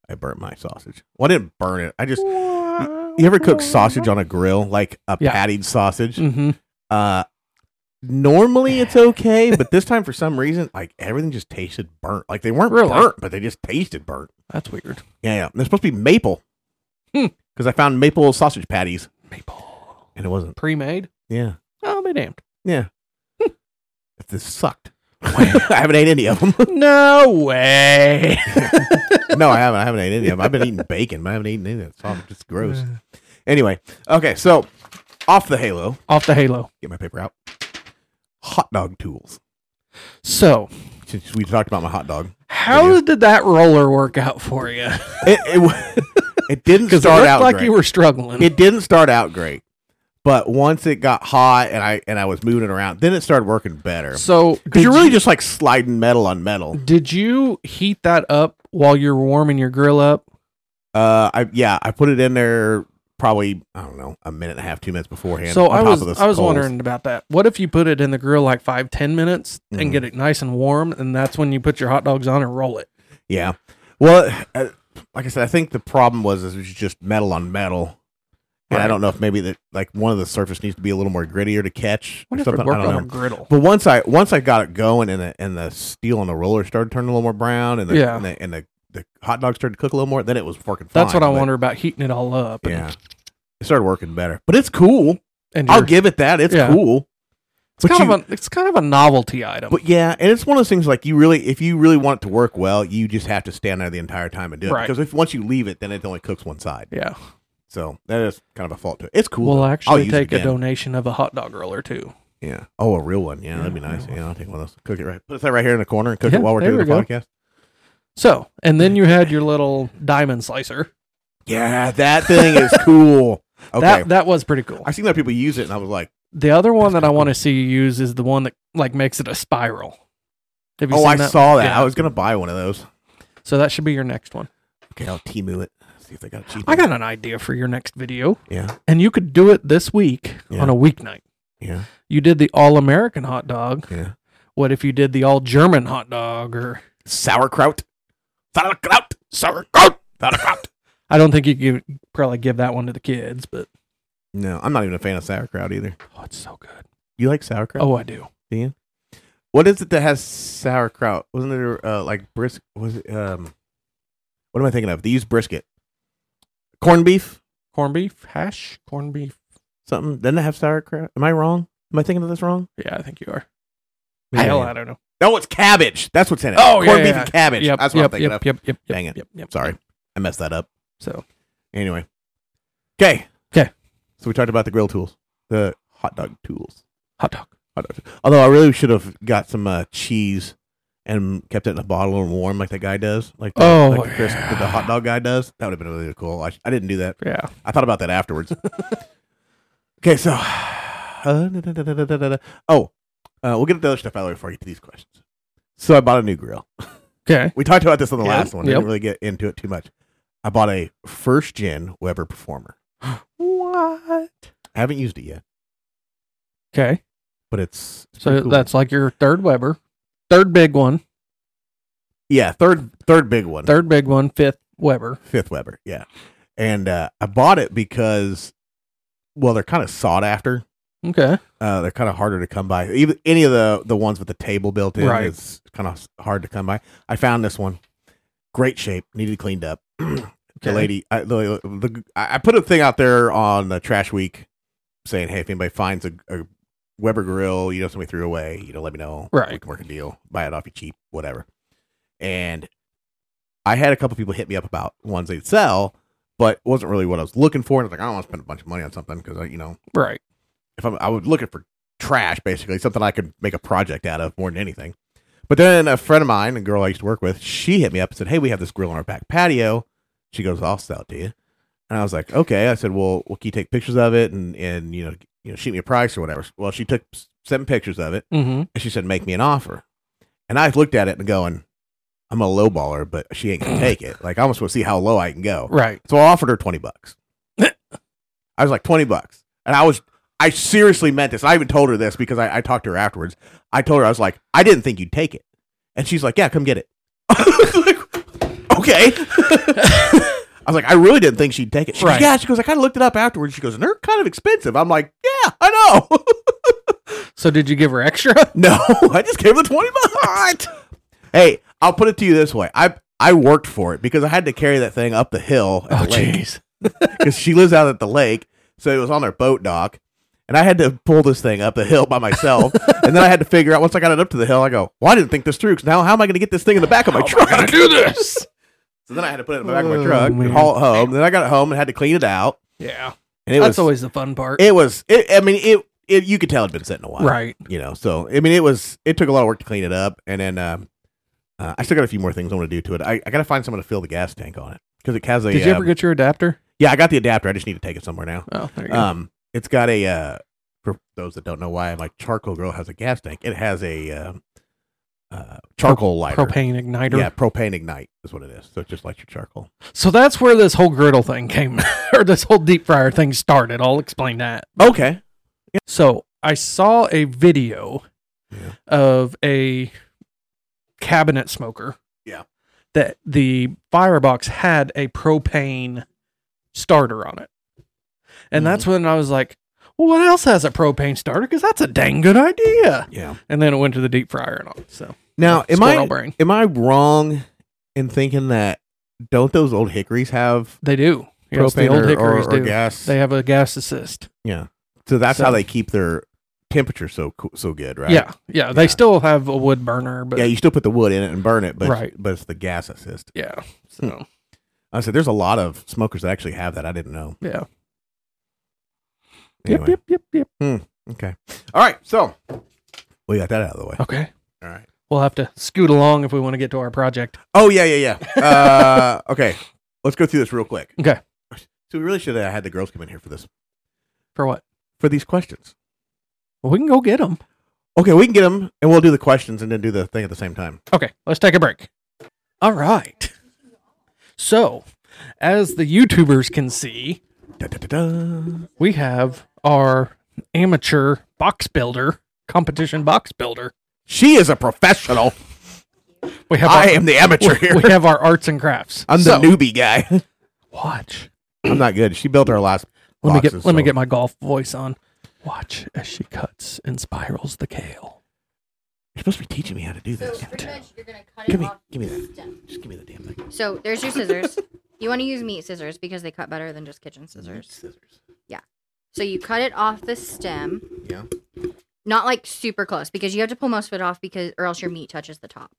D: I burnt my sausage. Well, I didn't burn it. I just You ever cook sausage on a grill, like a
C: Yeah.
D: pattied sausage?
C: Mm-hmm.
D: Uh, normally it's okay, but this time for some reason, like everything just tasted burnt. Like they weren't
C: Really?
D: burnt, but they just tasted burnt.
C: That's weird.
D: Yeah, yeah. And They're supposed to be maple
C: Hmm.
D: because I found maple sausage patties,
C: Maple
D: and it wasn't.
C: pre-made.
D: Yeah,
C: Oh, be damned.
D: Yeah. this sucked. I haven't ate any of them.
C: No way.
D: no, I haven't. I haven't ate any of them. I've been eating bacon. but I haven't eaten any of it. It's all just gross. Anyway, okay, so off the halo,
C: Off the halo.
D: get my paper out. Hot dog tools.
C: So,
D: Since we talked about my hot dog,
C: how did that roller work out for you?
D: it it, w- it didn't
C: Because it
D: start
C: looked
D: out
C: like
D: great.
C: you were struggling.
D: It didn't start out great, but once it got hot and I and I was moving it around, then it started working better.
C: so,
D: Because
C: did
D: you're really
C: you- Mm-hmm.
D: just like sliding metal on metal.
C: did you heat that up while you're warming your grill up?
D: Uh, I yeah, I put it in there probably I don't know a minute and a half, two minutes beforehand.
C: So
D: on
C: I
D: top
C: was
D: of the
C: I was
D: coals.
C: wondering about that. What if you put it in the grill like five ten minutes
D: Mm-hmm.
C: and get it nice and warm, and that's when you put your hot dogs on and roll it.
D: Yeah. Well, uh, like I said, I think the problem was is it was just metal on metal, and I
C: Right.
D: don't know if maybe that like one of the surface needs to be a little more grittier to catch
C: What
D: or
C: if it
D: something. I
C: worked
D: don't
C: on
D: know.
C: a griddle?
D: But once I once I got it going and the and the steel on the roller started turning a little more brown and the
C: Yeah.
D: and the, and the, the hot dog started to cook a little more, then it was working fine.
C: That's what I
D: but,
C: wonder about heating it all up. and-
D: Yeah. It started working better. But it's cool.
C: and
D: I'll
C: your-
D: give it that. It's
C: Yeah.
D: cool.
C: it's
D: but
C: kind
D: you-
C: of a it's kind of a novelty item.
D: But yeah, and it's one of those things like you really if you really want it to work well, you just have to stand there the entire time and do it.
C: Right.
D: Because if once you leave it, then it only cooks one side.
C: yeah,
D: So that is kind of a fault to it. It's cool.
C: we'll
D: though. I'll
C: actually
D: use it
C: take a
D: again.
C: donation of a hot dog roller too.
D: Yeah. Oh, a real one. Yeah, that'd be nice. Yeah, I'll take one of those. Cook it right. Put that right here in the corner and cook
C: Yeah,
D: it while we're
C: there
D: doing the
C: we go.
D: podcast.
C: So, and then you had your little diamond slicer.
D: Yeah, that thing is cool. Okay.
C: That that was pretty cool.
D: I seen other people use it, and I was like,
C: The other one
D: That's
C: that I
D: cool.
C: want to see you use is the one that like makes it a spiral. Have you
D: "Oh,
C: seen
D: I
C: that?
D: saw that.
C: Yeah.
D: I was gonna buy one of those."
C: So that should be your next one.
D: Okay, I'll Timu it. See if they got a cheap.
C: I
D: one.
C: got an idea for your next video,
D: Yeah,
C: and you could do it this week
D: Yeah.
C: on a weeknight.
D: yeah,
C: You did the all American hot dog.
D: yeah.
C: What if you did the all German hot dog? Or
D: Sauerkraut. Sauerkraut. Sauerkraut. Sauerkraut.
C: I don't think you could give- probably give that one to the kids, but
D: no, I'm not even a fan of sauerkraut either.
C: oh, it's so good.
D: You like sauerkraut?
C: Oh, I do.
D: What is it that has sauerkraut? Wasn't there uh, like brisket? Was it, um, what am I thinking of? They use brisket, corned beef,
C: Corned beef hash, corned beef.
D: something. Doesn't it have sauerkraut? Am I wrong? Am I thinking of this wrong?
C: Yeah, I think you are.
D: Maybe I
C: Hell,
D: am.
C: I don't know.
D: No, it's cabbage. That's what's in it.
C: Oh,
D: corned
C: yeah, yeah,
D: beef
C: yeah.
D: and cabbage.
C: Yep,
D: That's what I'm
C: yep,
D: thinking
C: yep,
D: of.
C: yep, yep, yep,
D: Dang it.
C: Yep, yep.
D: Sorry, I messed that up.
C: So
D: Anyway. Okay.
C: 'Kay.
D: So we talked about the grill tools, the hot dog tools.
C: hot dog.
D: Hot dog. Although I really should have got some uh, cheese and kept it in a bottle and warm like that guy does, like the,
C: Oh,
D: like the, crisp
C: yeah.
D: that the hot dog guy does. That would have been really cool. I, sh- I didn't do that.
C: Yeah.
D: I thought about that afterwards. okay, so uh, da- da- da- da- da- da- da- da. oh, uh, we'll get to the other stuff out of the way before I get to these questions. So I bought a new grill.
C: Okay.
D: We talked about this on the
C: Yep,
D: last one. I
C: yep.
D: Didn't really get into it too much. I bought a first gen Weber Performer.
C: What?
D: I haven't used it yet,
C: Okay.
D: but it's it's
C: So
D: pretty cool.
C: that's like your third Weber, third big one,
D: yeah third third big one,
C: third big one, fifth Weber.
D: fifth Weber, yeah. And uh, I bought it because, well, they're kind of sought after.
C: Okay.
D: Uh, they're kind of harder to come by. Even any of the the ones with the table built in
C: Right.
D: is kind of hard to come by. I found this one, great shape, needed cleaned up. The
C: Okay.
D: lady, I, the, the, I I put a thing out there on the Trash Week, saying, "Hey, if anybody finds a, a Weber grill, you know somebody threw away, you know, let me know.
C: Right.
D: we can work a deal, buy it off you cheap, whatever." And I had a couple people hit me up about ones they'd sell, but wasn't really what I was looking for. And I was like, I don't want to spend a bunch of money on something because you know
C: Right.
D: if I'm, I was looking for trash, basically something I could make a project out of more than anything. But then a friend of mine, a girl I used to work with, she hit me up and said, "Hey, we have this grill on our back patio." She goes, "I'll sell it to you," and I was like, "Okay." I said, "Well, well can you take pictures of it and and you know you know shoot me a price or whatever?" Well, she took s- seven pictures of it
C: Mm-hmm.
D: and she said, "Make me an offer." And I looked at it and going, "I'm a lowballer, but she ain't gonna take it. Like I almost want to see how low I can go."
C: Right.
D: So I offered her 20 bucks. I was like, 20 bucks. And I was, I seriously meant this. I even told her this because I, I talked to her afterwards. I told her, I was like, I didn't think you'd take it. And she's like, yeah, come get it. I was like, okay. I was like, I really didn't think she'd take it. She goes,
C: Right.
D: yeah, she goes, I kind of looked it up afterwards. She goes, and they're kind of expensive. I'm like, yeah, I know.
C: So did you give her extra?
D: No, I just gave her the twenty bucks. Hey, I'll put it to you this way: I I worked for it because I had to carry that thing
C: Oh,
D: up the hill at the lake because she lives out at the lake, so it was on their boat dock, And I had to pull this thing up the hill by myself. and then I had to figure out once I got it up to the hill, I go, well, I didn't think this through. 'cause now how am I going to get this thing in the back of Oh my truck?
C: I do this.
D: So then I had to put it in the back of
C: Oh,
D: my truck
C: man.
D: and haul it home. Then I got it home and had to clean it out.
C: Yeah,
D: And it
C: that's
D: was
C: always the fun part,
D: it was it, I mean it, it you could tell it'd been sitting a while.
C: right?
D: You know, so I mean it was it took a lot of work to clean it up and then um uh, I still got a few more things I want to do to it. I, I got to find someone to fill the gas tank on it because it has a.
C: Did you ever
D: um,
C: get your adapter?
D: yeah, I got the adapter. I just need to take it somewhere now.
C: Oh, there you go.
D: Um, it's got a uh, for those that don't know why my charcoal grill has a gas tank. It has a um, uh, charcoal lighter.
C: Propane igniter.
D: Yeah, propane ignite is what it is. So it just lights your charcoal.
C: So that's where this whole griddle thing came, or this whole deep fryer thing started. I'll explain that.
D: Okay.
C: So I saw a video
D: Yeah.
C: of a cabinet smoker.
D: Yeah.
C: That the firebox had a propane starter on it. And
D: Mm-hmm.
C: that's when I was like, well, what else has a propane starter? Because that's a dang good idea.
D: Yeah.
C: And then it went to the deep fryer and all. So
D: Now, am
C: squirrel
D: I
C: brain.
D: am I wrong in thinking that don't those old hickories have
C: They do. Yes, the
D: propane
C: old
D: or,
C: hickories
D: or, or
C: do.
D: gas?
C: They have a gas assist.
D: yeah. So that's
C: So-
D: how they keep their temperature so cool, so good, right?
C: Yeah, yeah. They
D: Yeah.
C: still have a wood burner, but
D: Yeah, you still put the wood in it and burn it, but
C: Right.
D: but it's the gas assist.
C: yeah. So
D: I said there's a lot of smokers that actually have that. I didn't know.
C: yeah.
D: Anyway.
C: Yep, yep, yep, yep.
D: Okay. All right. So we got that out of the way.
C: Okay.
D: All right.
C: We'll have to scoot along if we want to get to our project.
D: Oh yeah, yeah, yeah. Uh, okay. Let's go through this real quick.
C: Okay.
D: So we really should have had the girls come in here for this
C: For what?
D: for these questions.
C: Well, we can go get them.
D: Okay, we can get them, and we'll do the questions, and then do the thing at the same time.
C: Okay, let's take a break. All right. So, as the YouTubers can see,
D: Da, da, da, da.
C: we have our amateur box builder competition box builder.
D: She is a professional.
C: We have
D: I
C: our,
D: am the amateur here.
C: we have our arts and crafts.
D: I'm
C: So-
D: the newbie guy.
C: Watch.
D: I'm not good. She built our last.
C: Let me
D: boxes,
C: get let me
D: so-
C: get my golf voice on. Watch as she cuts and spirals the kale.
D: You're supposed to be teaching me how to do this.
E: So pretty much you're gonna cut
D: Give
E: it
D: me,
E: off.
D: give me that. Just give me the damn thing.
E: So there's your scissors. you want to use meat scissors because they cut better than just kitchen
D: Mm-hmm.
E: scissors. So you cut it off the stem,
D: Yeah.
E: not like super close because you have to pull most of it off because or else your meat touches the top,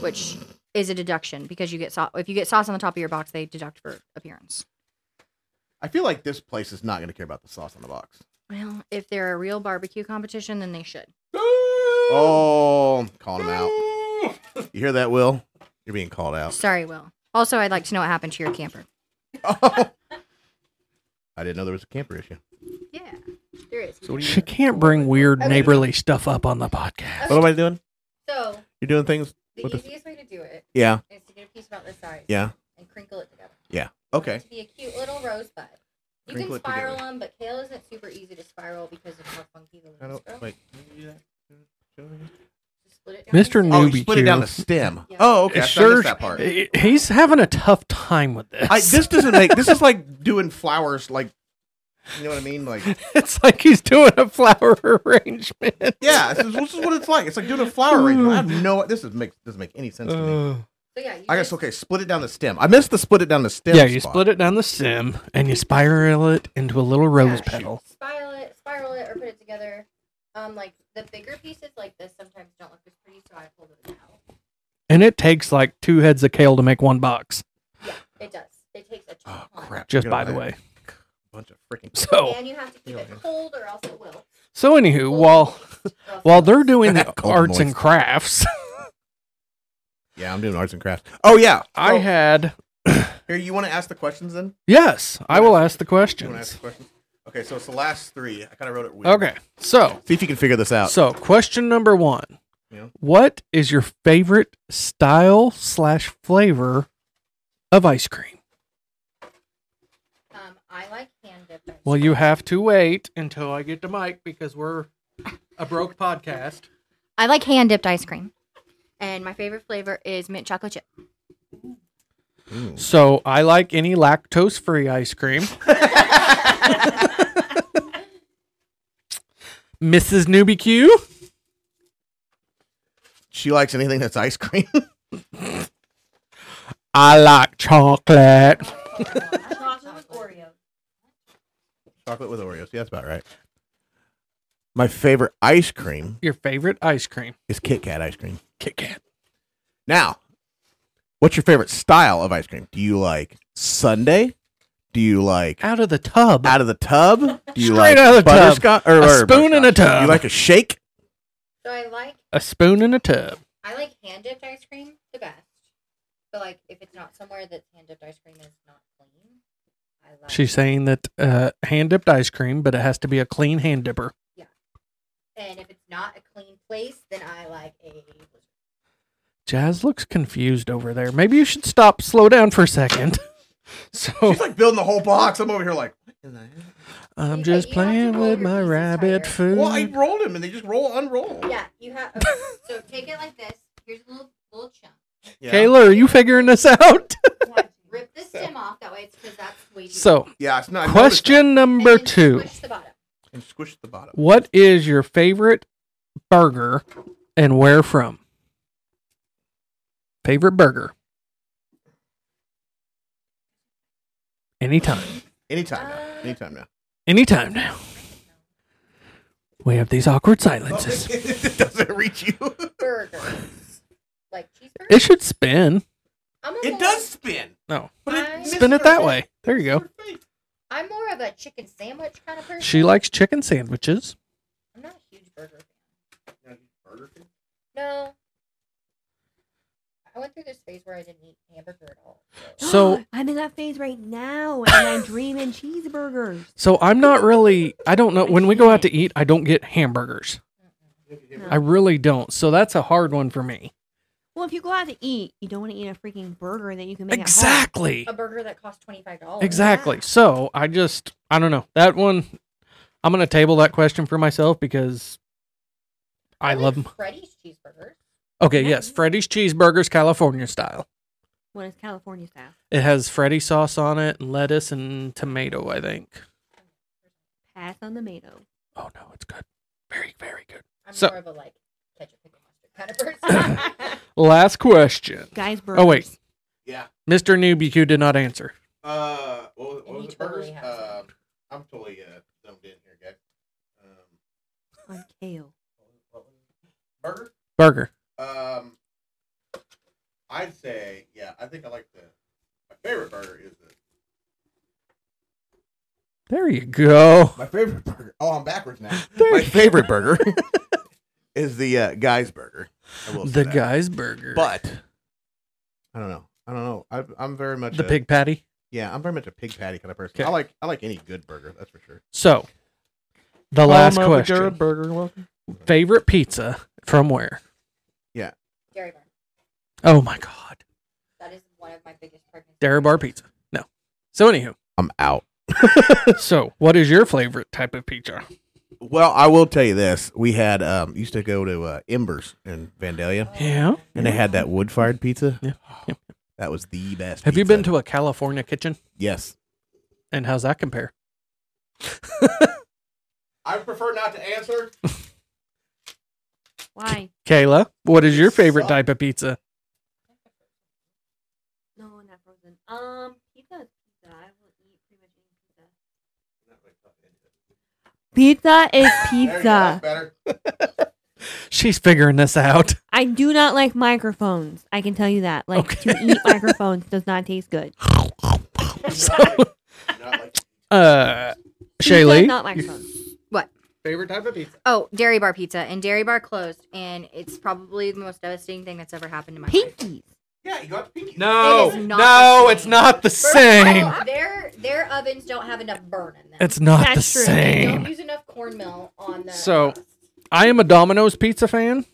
E: which is a deduction because you get sauce. If you get sauce on the top of your box, they deduct for appearance.
D: I feel like this place is not going to care about the sauce on the box.
E: Well, if they're a real barbecue competition, then they should.
D: Oh, calling him out. You hear that, Will? You're being called out.
E: Sorry, Will. Also, I'd like to know what happened to your camper.
D: I didn't know there was a camper issue.
E: Yeah, there is.
D: So what are you
C: She can't bring weird
E: Okay.
C: neighborly stuff up on the podcast.
D: What am I doing?
E: So
D: You're doing things?
E: the
D: What the-
E: easiest way to do it
D: Yeah.
E: is to get a piece about this size.
D: Yeah.
E: and crinkle it together.
D: Okay.
E: To be a cute little rosebud. You
D: Crinkle it
E: can spiral
D: together.
E: them, but kale isn't super easy to spiral because of how funky the
D: I
E: leaves
D: don't
E: grow.
D: wait.
E: Just split
C: Mr.
E: it down the
D: Oh,
E: center.
D: you
C: Newbie
D: split it down
C: Q.
D: the stem.
E: Yeah.
D: Oh, okay. I thought I
C: Sure. eh,
D: missed that part.
C: He- He's having a tough time with this.
D: I, this doesn't make. This is like doing flowers. Like, you know what I mean? Like,
C: it's like he's doing a flower arrangement.
D: yeah. This is, this is what it's like. It's like doing a flower arrangement. I have no. This is make doesn't make any sense to me.
E: So yeah, you
D: I
E: just-
D: guess okay. Split it down the stem. I missed the split it down the stem.
C: yeah, you
D: spot.
C: split it down the stem and you spiral it into a little rose
E: yeah,
C: petal.
E: Spiral it, spiral it, or put it together. Um, like the bigger pieces like this sometimes don't look as pretty, so I pulled it out.
C: And it takes like two heads of kale to make one box,
E: Yeah, it does. It takes a
D: Oh
E: ton.
D: crap!
C: just
D: You're
C: by
D: gonna
C: the
D: buy
C: way.
D: a bunch of freaking.
C: So,
E: And you have to keep
D: Yeah.
E: it cold, or else it will.
C: so anywho, while
E: Or else
C: while
E: it will.
C: they're doing the
D: Cold
C: arts and
D: moist.
C: crafts,
D: Yeah, I'm doing arts and crafts. Oh yeah.
C: I
D: Oh,
C: had
D: here. You want to ask the questions then?
C: yes, I will ask the
D: You want to ask
C: questions.
D: the questions? Okay, so it's the last three. I kind of wrote it weird.
C: Okay, so
D: See if you can figure this out.
C: So, question number one:
D: Uh, Yeah.
C: What is your favorite style slash flavor of ice cream?
E: Um, I like hand dipped. ice
C: Well, you have to wait until I get the mic because we're a broke podcast.
E: I like hand dipped ice cream. And my favorite flavor is mint chocolate chip.
C: So, I like any lactose free ice cream. Mrs. Newbie Q.
D: she likes anything that's ice cream.
C: I like chocolate.
E: Chocolate with Oreo.
D: Chocolate with Oreos. Yeah, that's about right. My favorite ice cream
C: Your favorite ice cream?
D: is Kit Kat ice cream.
C: Kit Kat.
D: Now, what's your favorite style of ice cream? Do you like Sunday? Do you like
C: Out of the tub.
D: out of the tub? Do you
C: Straight
D: like
C: out of the tub.
D: butterscotch or,
C: A
D: or
C: spoon in a
D: butterscotch?
C: tub.
D: You like a shake?
E: So I like
C: a spoon in a tub.
E: I like hand dipped ice cream the best. But like if it's not somewhere that hand dipped ice cream is not clean, I like
C: She's saying that uh, hand dipped ice cream, but it has to be a clean hand dipper.
E: and if it's not a clean place, then I like a
C: Jazz looks confused over there. Maybe you should stop, slow down for a second. So
D: She's like building the whole box. I'm over here like, what in the heck?
C: I'm
E: You-
C: just
E: you have to
C: playing
E: roll
C: with
E: your
C: my
E: pieces
C: rabbit
E: higher.
C: food.
D: Well, I rolled him and they just roll unroll.
E: Yeah, you have okay, so take it like this. Here's a little little chunk.
D: Yeah.
C: Kayla, are you figuring this out?
E: Now Rip the stem off that way it's because that's way too
C: so,
D: Yeah, it's not I noticed that.
C: question
E: And
C: number
E: then
C: two
E: squish the bottom.
D: And squish the bottom.
C: What is your favorite burger and where from? Favorite burger? Anytime.
D: Anytime now. Anytime now.
C: Anytime now. We have these awkward silences.
D: it doesn't reach you.
E: Burgers. Like cheeseburger?
C: It should spin.
E: I'm a
D: It
E: more-
D: does spin.
C: No.
D: But
E: I-
D: it
C: Spin it that way. There you go.
E: I'm more of a chicken sandwich kind of person.
C: She likes chicken sandwiches.
E: I'm not a huge burger fan. No. I went through this phase where I didn't eat hamburger at all.
C: So
F: I'm in that phase right now, and I'm dreaming cheeseburgers.
C: so I'm not really I don't know when we go out to eat, I don't get hamburgers. I really don't. So that's a hard one for me.
F: Well, if you go out to eat, you don't want to eat a freaking burger that you can make
C: Exactly.
E: A burger that costs twenty five dollars.
C: Exactly. So I just I don't know that one. I'm gonna table that question for myself because I love.
E: like
C: m-
E: Freddy's cheeseburgers.
C: Okay, yes, Freddy's cheeseburgers, California style.
F: When it's California style,
C: It has Freddy sauce on it and lettuce and tomato. I think.
F: pass on tomato.
C: Oh no, it's good. Very very good.
E: I'm
C: So-
E: more of a like ketchup pickle mustard kind of person.
C: Last question,
F: Guys, burgers.
C: Oh, wait.
D: Yeah.
C: Mr. Nubiku did not answer.
D: Uh, what was,
E: And
D: what
E: he
D: was the
E: totally
D: burgers?
E: has
D: Um, I'm totally uh, zoned in here, guys. Um,
F: on kale.
D: what was it? burger?
C: Burger.
D: Um, I'd say, yeah, I think I like the. My favorite burger is the.
C: There you go.
D: My favorite burger. Oh, I'm backwards now. my favorite burger is the uh, Guy's Burger. I will say
C: The
D: that.
C: guy's burger.
D: But I don't know. I don't know. I, I'm very much
C: the
D: a-
C: pig patty.
D: Yeah, I'm very much a pig patty kind of person.
C: 'Kay.
D: I like I like any good burger, that's for sure.
C: So the last
D: I'm a
C: question.
D: Burger. Welcome.
C: Favorite pizza from where?
E: Dairy Bar.
C: Oh my god.
E: That is one of my biggest pregnancy.
C: Dairy Bar Pizza. No. So anywho,
D: I'm out.
C: so what is your favorite type of pizza?
D: Well, I will tell you this: we had um used to go to uh, Embers in Vandalia,
C: Yeah.
D: and they had that wood fired pizza.
C: Yeah, yeah.
D: That was the best.
C: Have you
D: pizza.
C: been to a California kitchen?
D: Yes.
C: And how's that compare?
D: I prefer not to answer.
F: Why?
C: Kayla, what is your favorite
D: Suck.
C: type of pizza?
F: No, not frozen. Um, pizza is pizza. I will eat pretty much any pizza. Pizza is pizza.
D: better.
C: She's figuring this out.
F: I do not like microphones. I can tell you that. Like
C: Okay.
F: to eat microphones does not taste good.
C: So, uh, Shaylee,
F: Pizza, not microphones.
E: What?
C: favorite type of pizza?
E: Oh, Dairy Bar Pizza. And Dairy Bar closed and it's probably the most devastating thing that's ever happened in my life.
F: Pinkies.
D: Yeah, you got pinky.
C: No,
E: It is not
C: no,
E: the
C: it's
E: same.
C: not the same.
E: Oh, their their ovens don't have enough burn in them.
C: It's not the
F: That's true.
E: They
C: same.
E: don't use enough cornmeal on the
C: So- I am a Domino's pizza fan.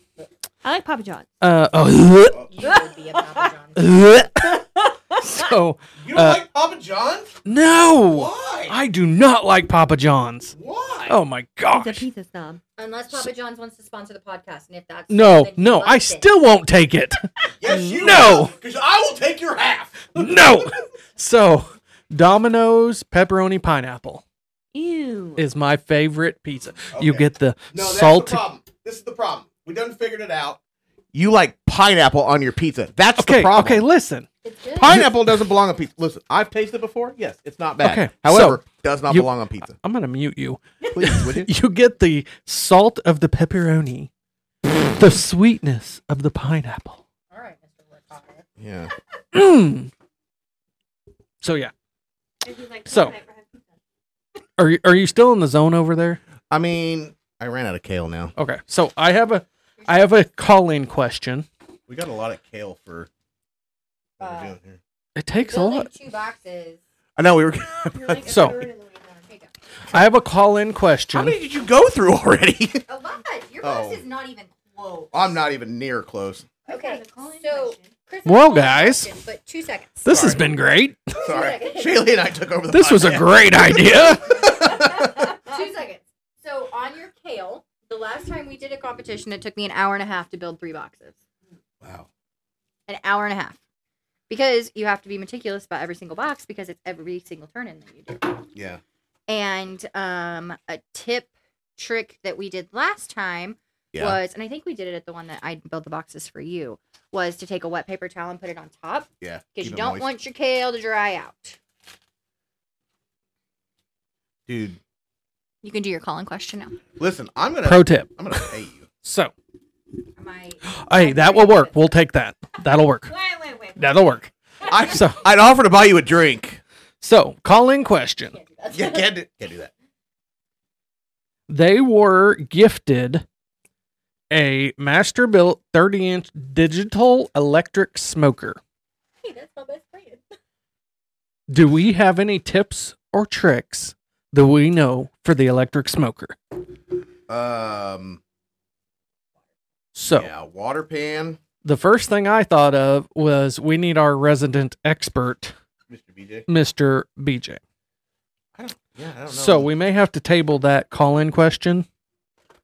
F: I like Papa John's.
C: Uh, oh,
E: you would be a Papa John's.
C: so
D: You
C: don't Uh, like
D: Papa John's?
C: no,
D: Why?
C: I do not like Papa John's.
D: Why?
C: Oh my gosh.
F: He's a pizza snob.
E: Unless Papa John's wants to sponsor the podcast, and if that's so,
C: No,
E: then he
C: no, I
E: must it.
C: still won't take it.
D: Yes, you
C: No.
D: Because I will take your half.
C: No. So, Domino's pepperoni pineapple
F: Ew.
C: is my favorite pizza. You
D: Okay.
C: get the
D: No, that's
C: salted.
D: the problem. This is the problem. We done figured it out. You like pineapple on your pizza. That's
C: okay,
D: the problem.
C: okay, listen.
F: It's good.
D: Pineapple doesn't belong on pizza. Listen, I've tasted it before. Yes, it's not bad.
C: Okay,
D: However,
C: so
D: does not
C: you-
D: belong on pizza.
C: I'm gonna mute you.
D: Please, would you?
C: You get the salt of the pepperoni, the sweetness of the pineapple.
E: All right, Mr. Woodcock.
D: Yeah.
C: Mm. So yeah,
F: And he's like,
C: So-
F: "Can I ever have pizza?"
C: are you, are you still in the zone over there?
D: I mean, I ran out of kale now.
C: Okay, so I have a I have a call in question.
D: We got a lot of kale for what
E: Uh,
D: we're doing here.
C: It takes a lot.
E: two boxes.
D: I know we were.
F: You're like a
C: So-
F: third of the way down.
E: Here you go.
C: I have a call in
D: How
C: question.
D: many did you go through already?
E: A lot. Your
D: Oh.
E: box is not even close.
D: I'm not even near close.
E: Okay,
F: That's a calling
E: so
F: question.
E: Chris
C: Well,
E: has a
C: guys.
E: question, but two seconds.
C: This has been great.
D: Sorry, Shaylee and I took over the.
C: This was a
D: podcast.
C: great idea.
E: two seconds. So on your kale, the last time we did a competition, it took me an hour and a half to build three boxes.
D: Wow.
E: An hour and a half. Because you have to be meticulous about every single box because it's every single turn in that you do.
D: Yeah.
E: And um, a tip trick that we did last time
D: Yeah.
E: was, and I think we did it at the one that I built the boxes for you, was to take a wet paper towel and put it on top
D: Yeah. Keep
E: because you
D: it
E: don't
D: moist.
E: want your kale to dry out.
D: Dude,
E: You can do your calling question now.
D: listen. I'm gonna.
C: Pro tip.
D: I'm gonna pay you.
C: So,
E: Am I?
C: hey, that will work. We'll take that. That'll work.
F: Wait, wait, wait.
C: That'll work.
D: I,
C: So,
D: I'd offer to buy you a drink.
C: so call in question.
D: Yeah, can't do, can't do that.
C: they were gifted a master built 30 inch digital electric smoker.
F: Hey, that's my best friend.
C: Do we have any tips or tricks that we know for the electric smoker?
D: Um.
C: So,
D: Yeah. Water pan.
C: the first thing I thought of was we need our resident expert,
D: Mr. BJ.
C: Mr. BJ.
D: I don't. Yeah. I don't know.
C: So, we may have to table that call in question.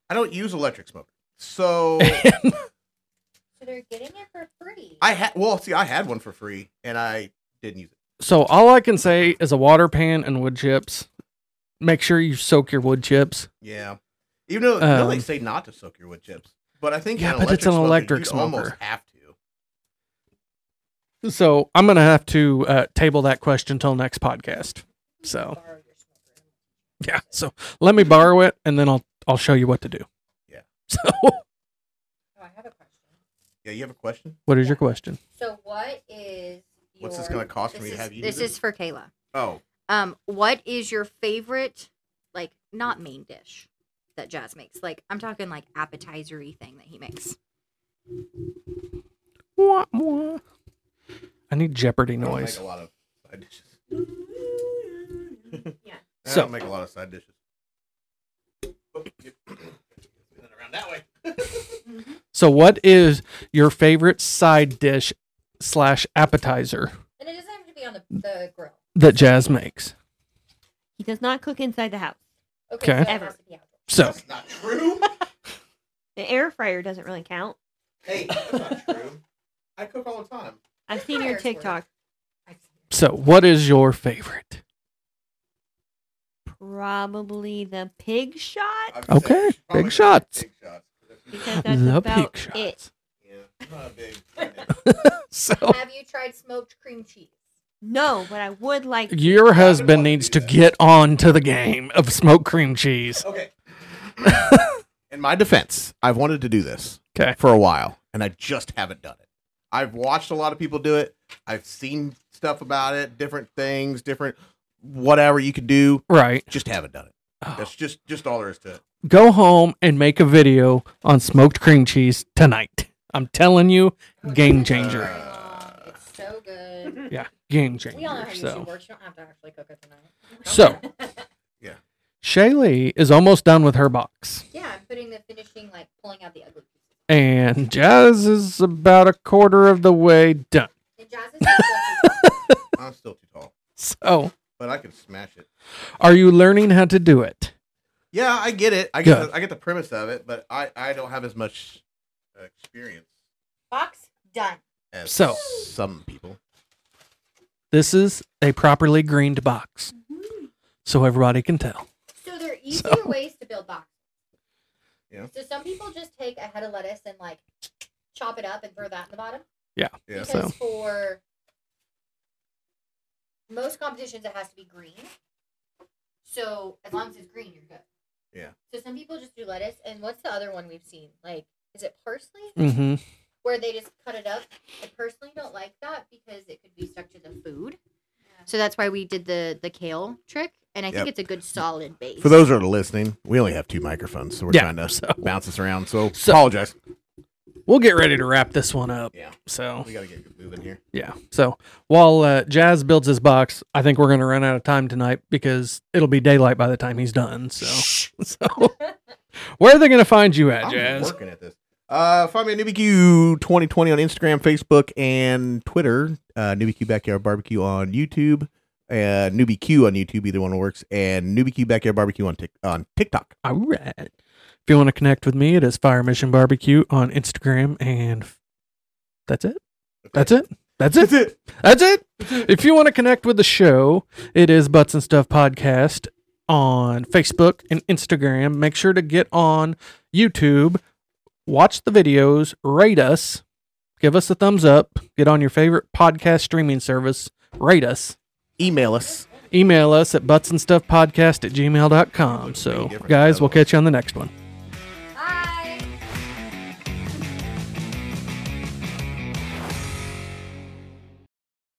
D: I don't use electric smoker. So
E: So they're getting it for free.
D: I had. Well, see, I had one for free, and I didn't use it.
C: So, all I can say is a water pan and wood chips. Make sure you soak your wood chips.
D: Yeah. Even though I know they
C: Um,
D: say not to soak your wood chips, but I think
C: Yeah,
D: in
C: but it's an electric
D: you'd
C: smoker.
D: Almost have to.
C: So I'm gonna have to uh, table that question till next podcast. So yeah, so let me borrow it, and then I'll I'll show you what to do.
D: Yeah.
C: So
E: Oh, I have a question.
D: Yeah. You have a question?
C: what is your question?
E: So what is your,
D: What's this gonna cost for me to
E: is-
D: have you do
E: This
D: this?
E: is for Kayla.
D: Oh,
E: Um, what is your favorite, like not main dish that Jazz makes? Like I'm talking like appetizery thing that he makes.
C: Wah, wah. I need Jeopardy
D: I don't
C: noise.
D: Make a lot of side dishes. I
C: So-
D: don't make a lot of side dishes. Oh, yeah. Then around that way.
C: So what is your favorite side dish slash appetizer
E: And it doesn't have to be on the, the grill.
C: that Jazz makes?
F: He does not cook inside the house.
C: Okay, Okay. so it
E: Ever.
F: has
C: So
D: That's not true.
F: The air fryer doesn't really count.
D: hey, that's not true. I cook all the time.
F: I've seen your
E: fryers work.
F: TikTok.
C: so what is your favorite?
F: Probably the pig shot
D: I've said
C: Okay,
D: it's probably
C: big
D: the
C: shots.
D: Big shots.
F: because that's
C: the
F: about
C: pig shots.
F: it.
D: Yeah, I'm not a big.
C: So
E: Have you tried smoked cream cheese?
F: No, but I would like.
C: your husband
D: wanna
C: needs
D: do
C: to
D: that.
C: get on to the game of smoked cream cheese.
D: Okay. In my defense, I've wanted to do this
C: Okay.
D: for a while, and I just haven't done it. I've watched a lot of people do it. I've seen stuff about it, different things, different whatever you could do.
C: Right.
D: Just haven't done it.
C: Oh.
D: That's just just all there is to it.
C: Go home and make a video on smoked cream cheese tonight. I'm telling you, game changer.
E: Um, It's so good.
C: Yeah, game changer. So,
E: works. You don't have to actually cook it tonight.
C: so
D: Yeah.
C: Shaylee is almost done with her box,
E: Yeah, I'm putting the finishing, like pulling out the ugly pieces.
C: and Jazz is about a quarter of the way done.
E: And Jazz is
D: I'm still too tall,
C: So,
D: but I can smash it.
C: are you learning how to do it?
D: Yeah, I get it. I get
C: Good.
D: the, I get the premise of it, but I I don't have as much uh, experience
E: box done.
D: as
C: So-
D: some people.
C: This is a properly greened box, so everybody can tell.
E: So there are easier ways to build boxes.
D: Yeah.
E: So some people just take a head of lettuce and like chop it up and throw that in the bottom.
C: Yeah.
D: Yeah.
E: Because
C: So-
E: for most competitions it has to be green. So as long as it's green, you're good.
D: Yeah.
E: So some people just do lettuce, and what's the other one we've seen? Like, is it parsley?
C: Mm-hmm.
E: Where they just cut it up. I personally don't like that because it could be stuck to the food. So that's why we did the the kale trick, and I
D: Yep.
E: think it's a good solid base.
D: For those who are listening, we only have two microphones, so we're
C: Yeah,
D: trying to
C: so-
D: bounce this around. So,
C: So-
D: apologize.
C: We'll get ready to wrap this one up.
D: Yeah.
C: So
D: We got to get moving here.
C: yeah. So while uh, Jazz builds his box, I think we're gonna run out of time tonight because it'll be daylight by the time he's done. So so where are they gonna find you at,
D: I'm
C: Jazz?
D: working at this. Uh, find me at NewbieQ 2020 on Instagram, Facebook, and Twitter. Uh, NewbieQ Backyard Barbecue on YouTube. Uh, NewbieQ on YouTube, either one works. And NewbieQ Backyard Barbecue on, Tik on TikTok.
C: All right. If you want to connect with me, it is Fire Mission Barbecue on Instagram, and f- that's it. That's it. That's it.
D: it.
C: That's it. If you want to connect with the show, it is Butts and Stuff Podcast on Facebook and Instagram. Make sure to get on YouTube, watch the videos, rate us, give us a thumbs up, get on your favorite podcast streaming service, rate us,
D: Email us.
C: email us at buttsandstuffpodcast at gmail.com. So, guys, we'll catch you on the next one.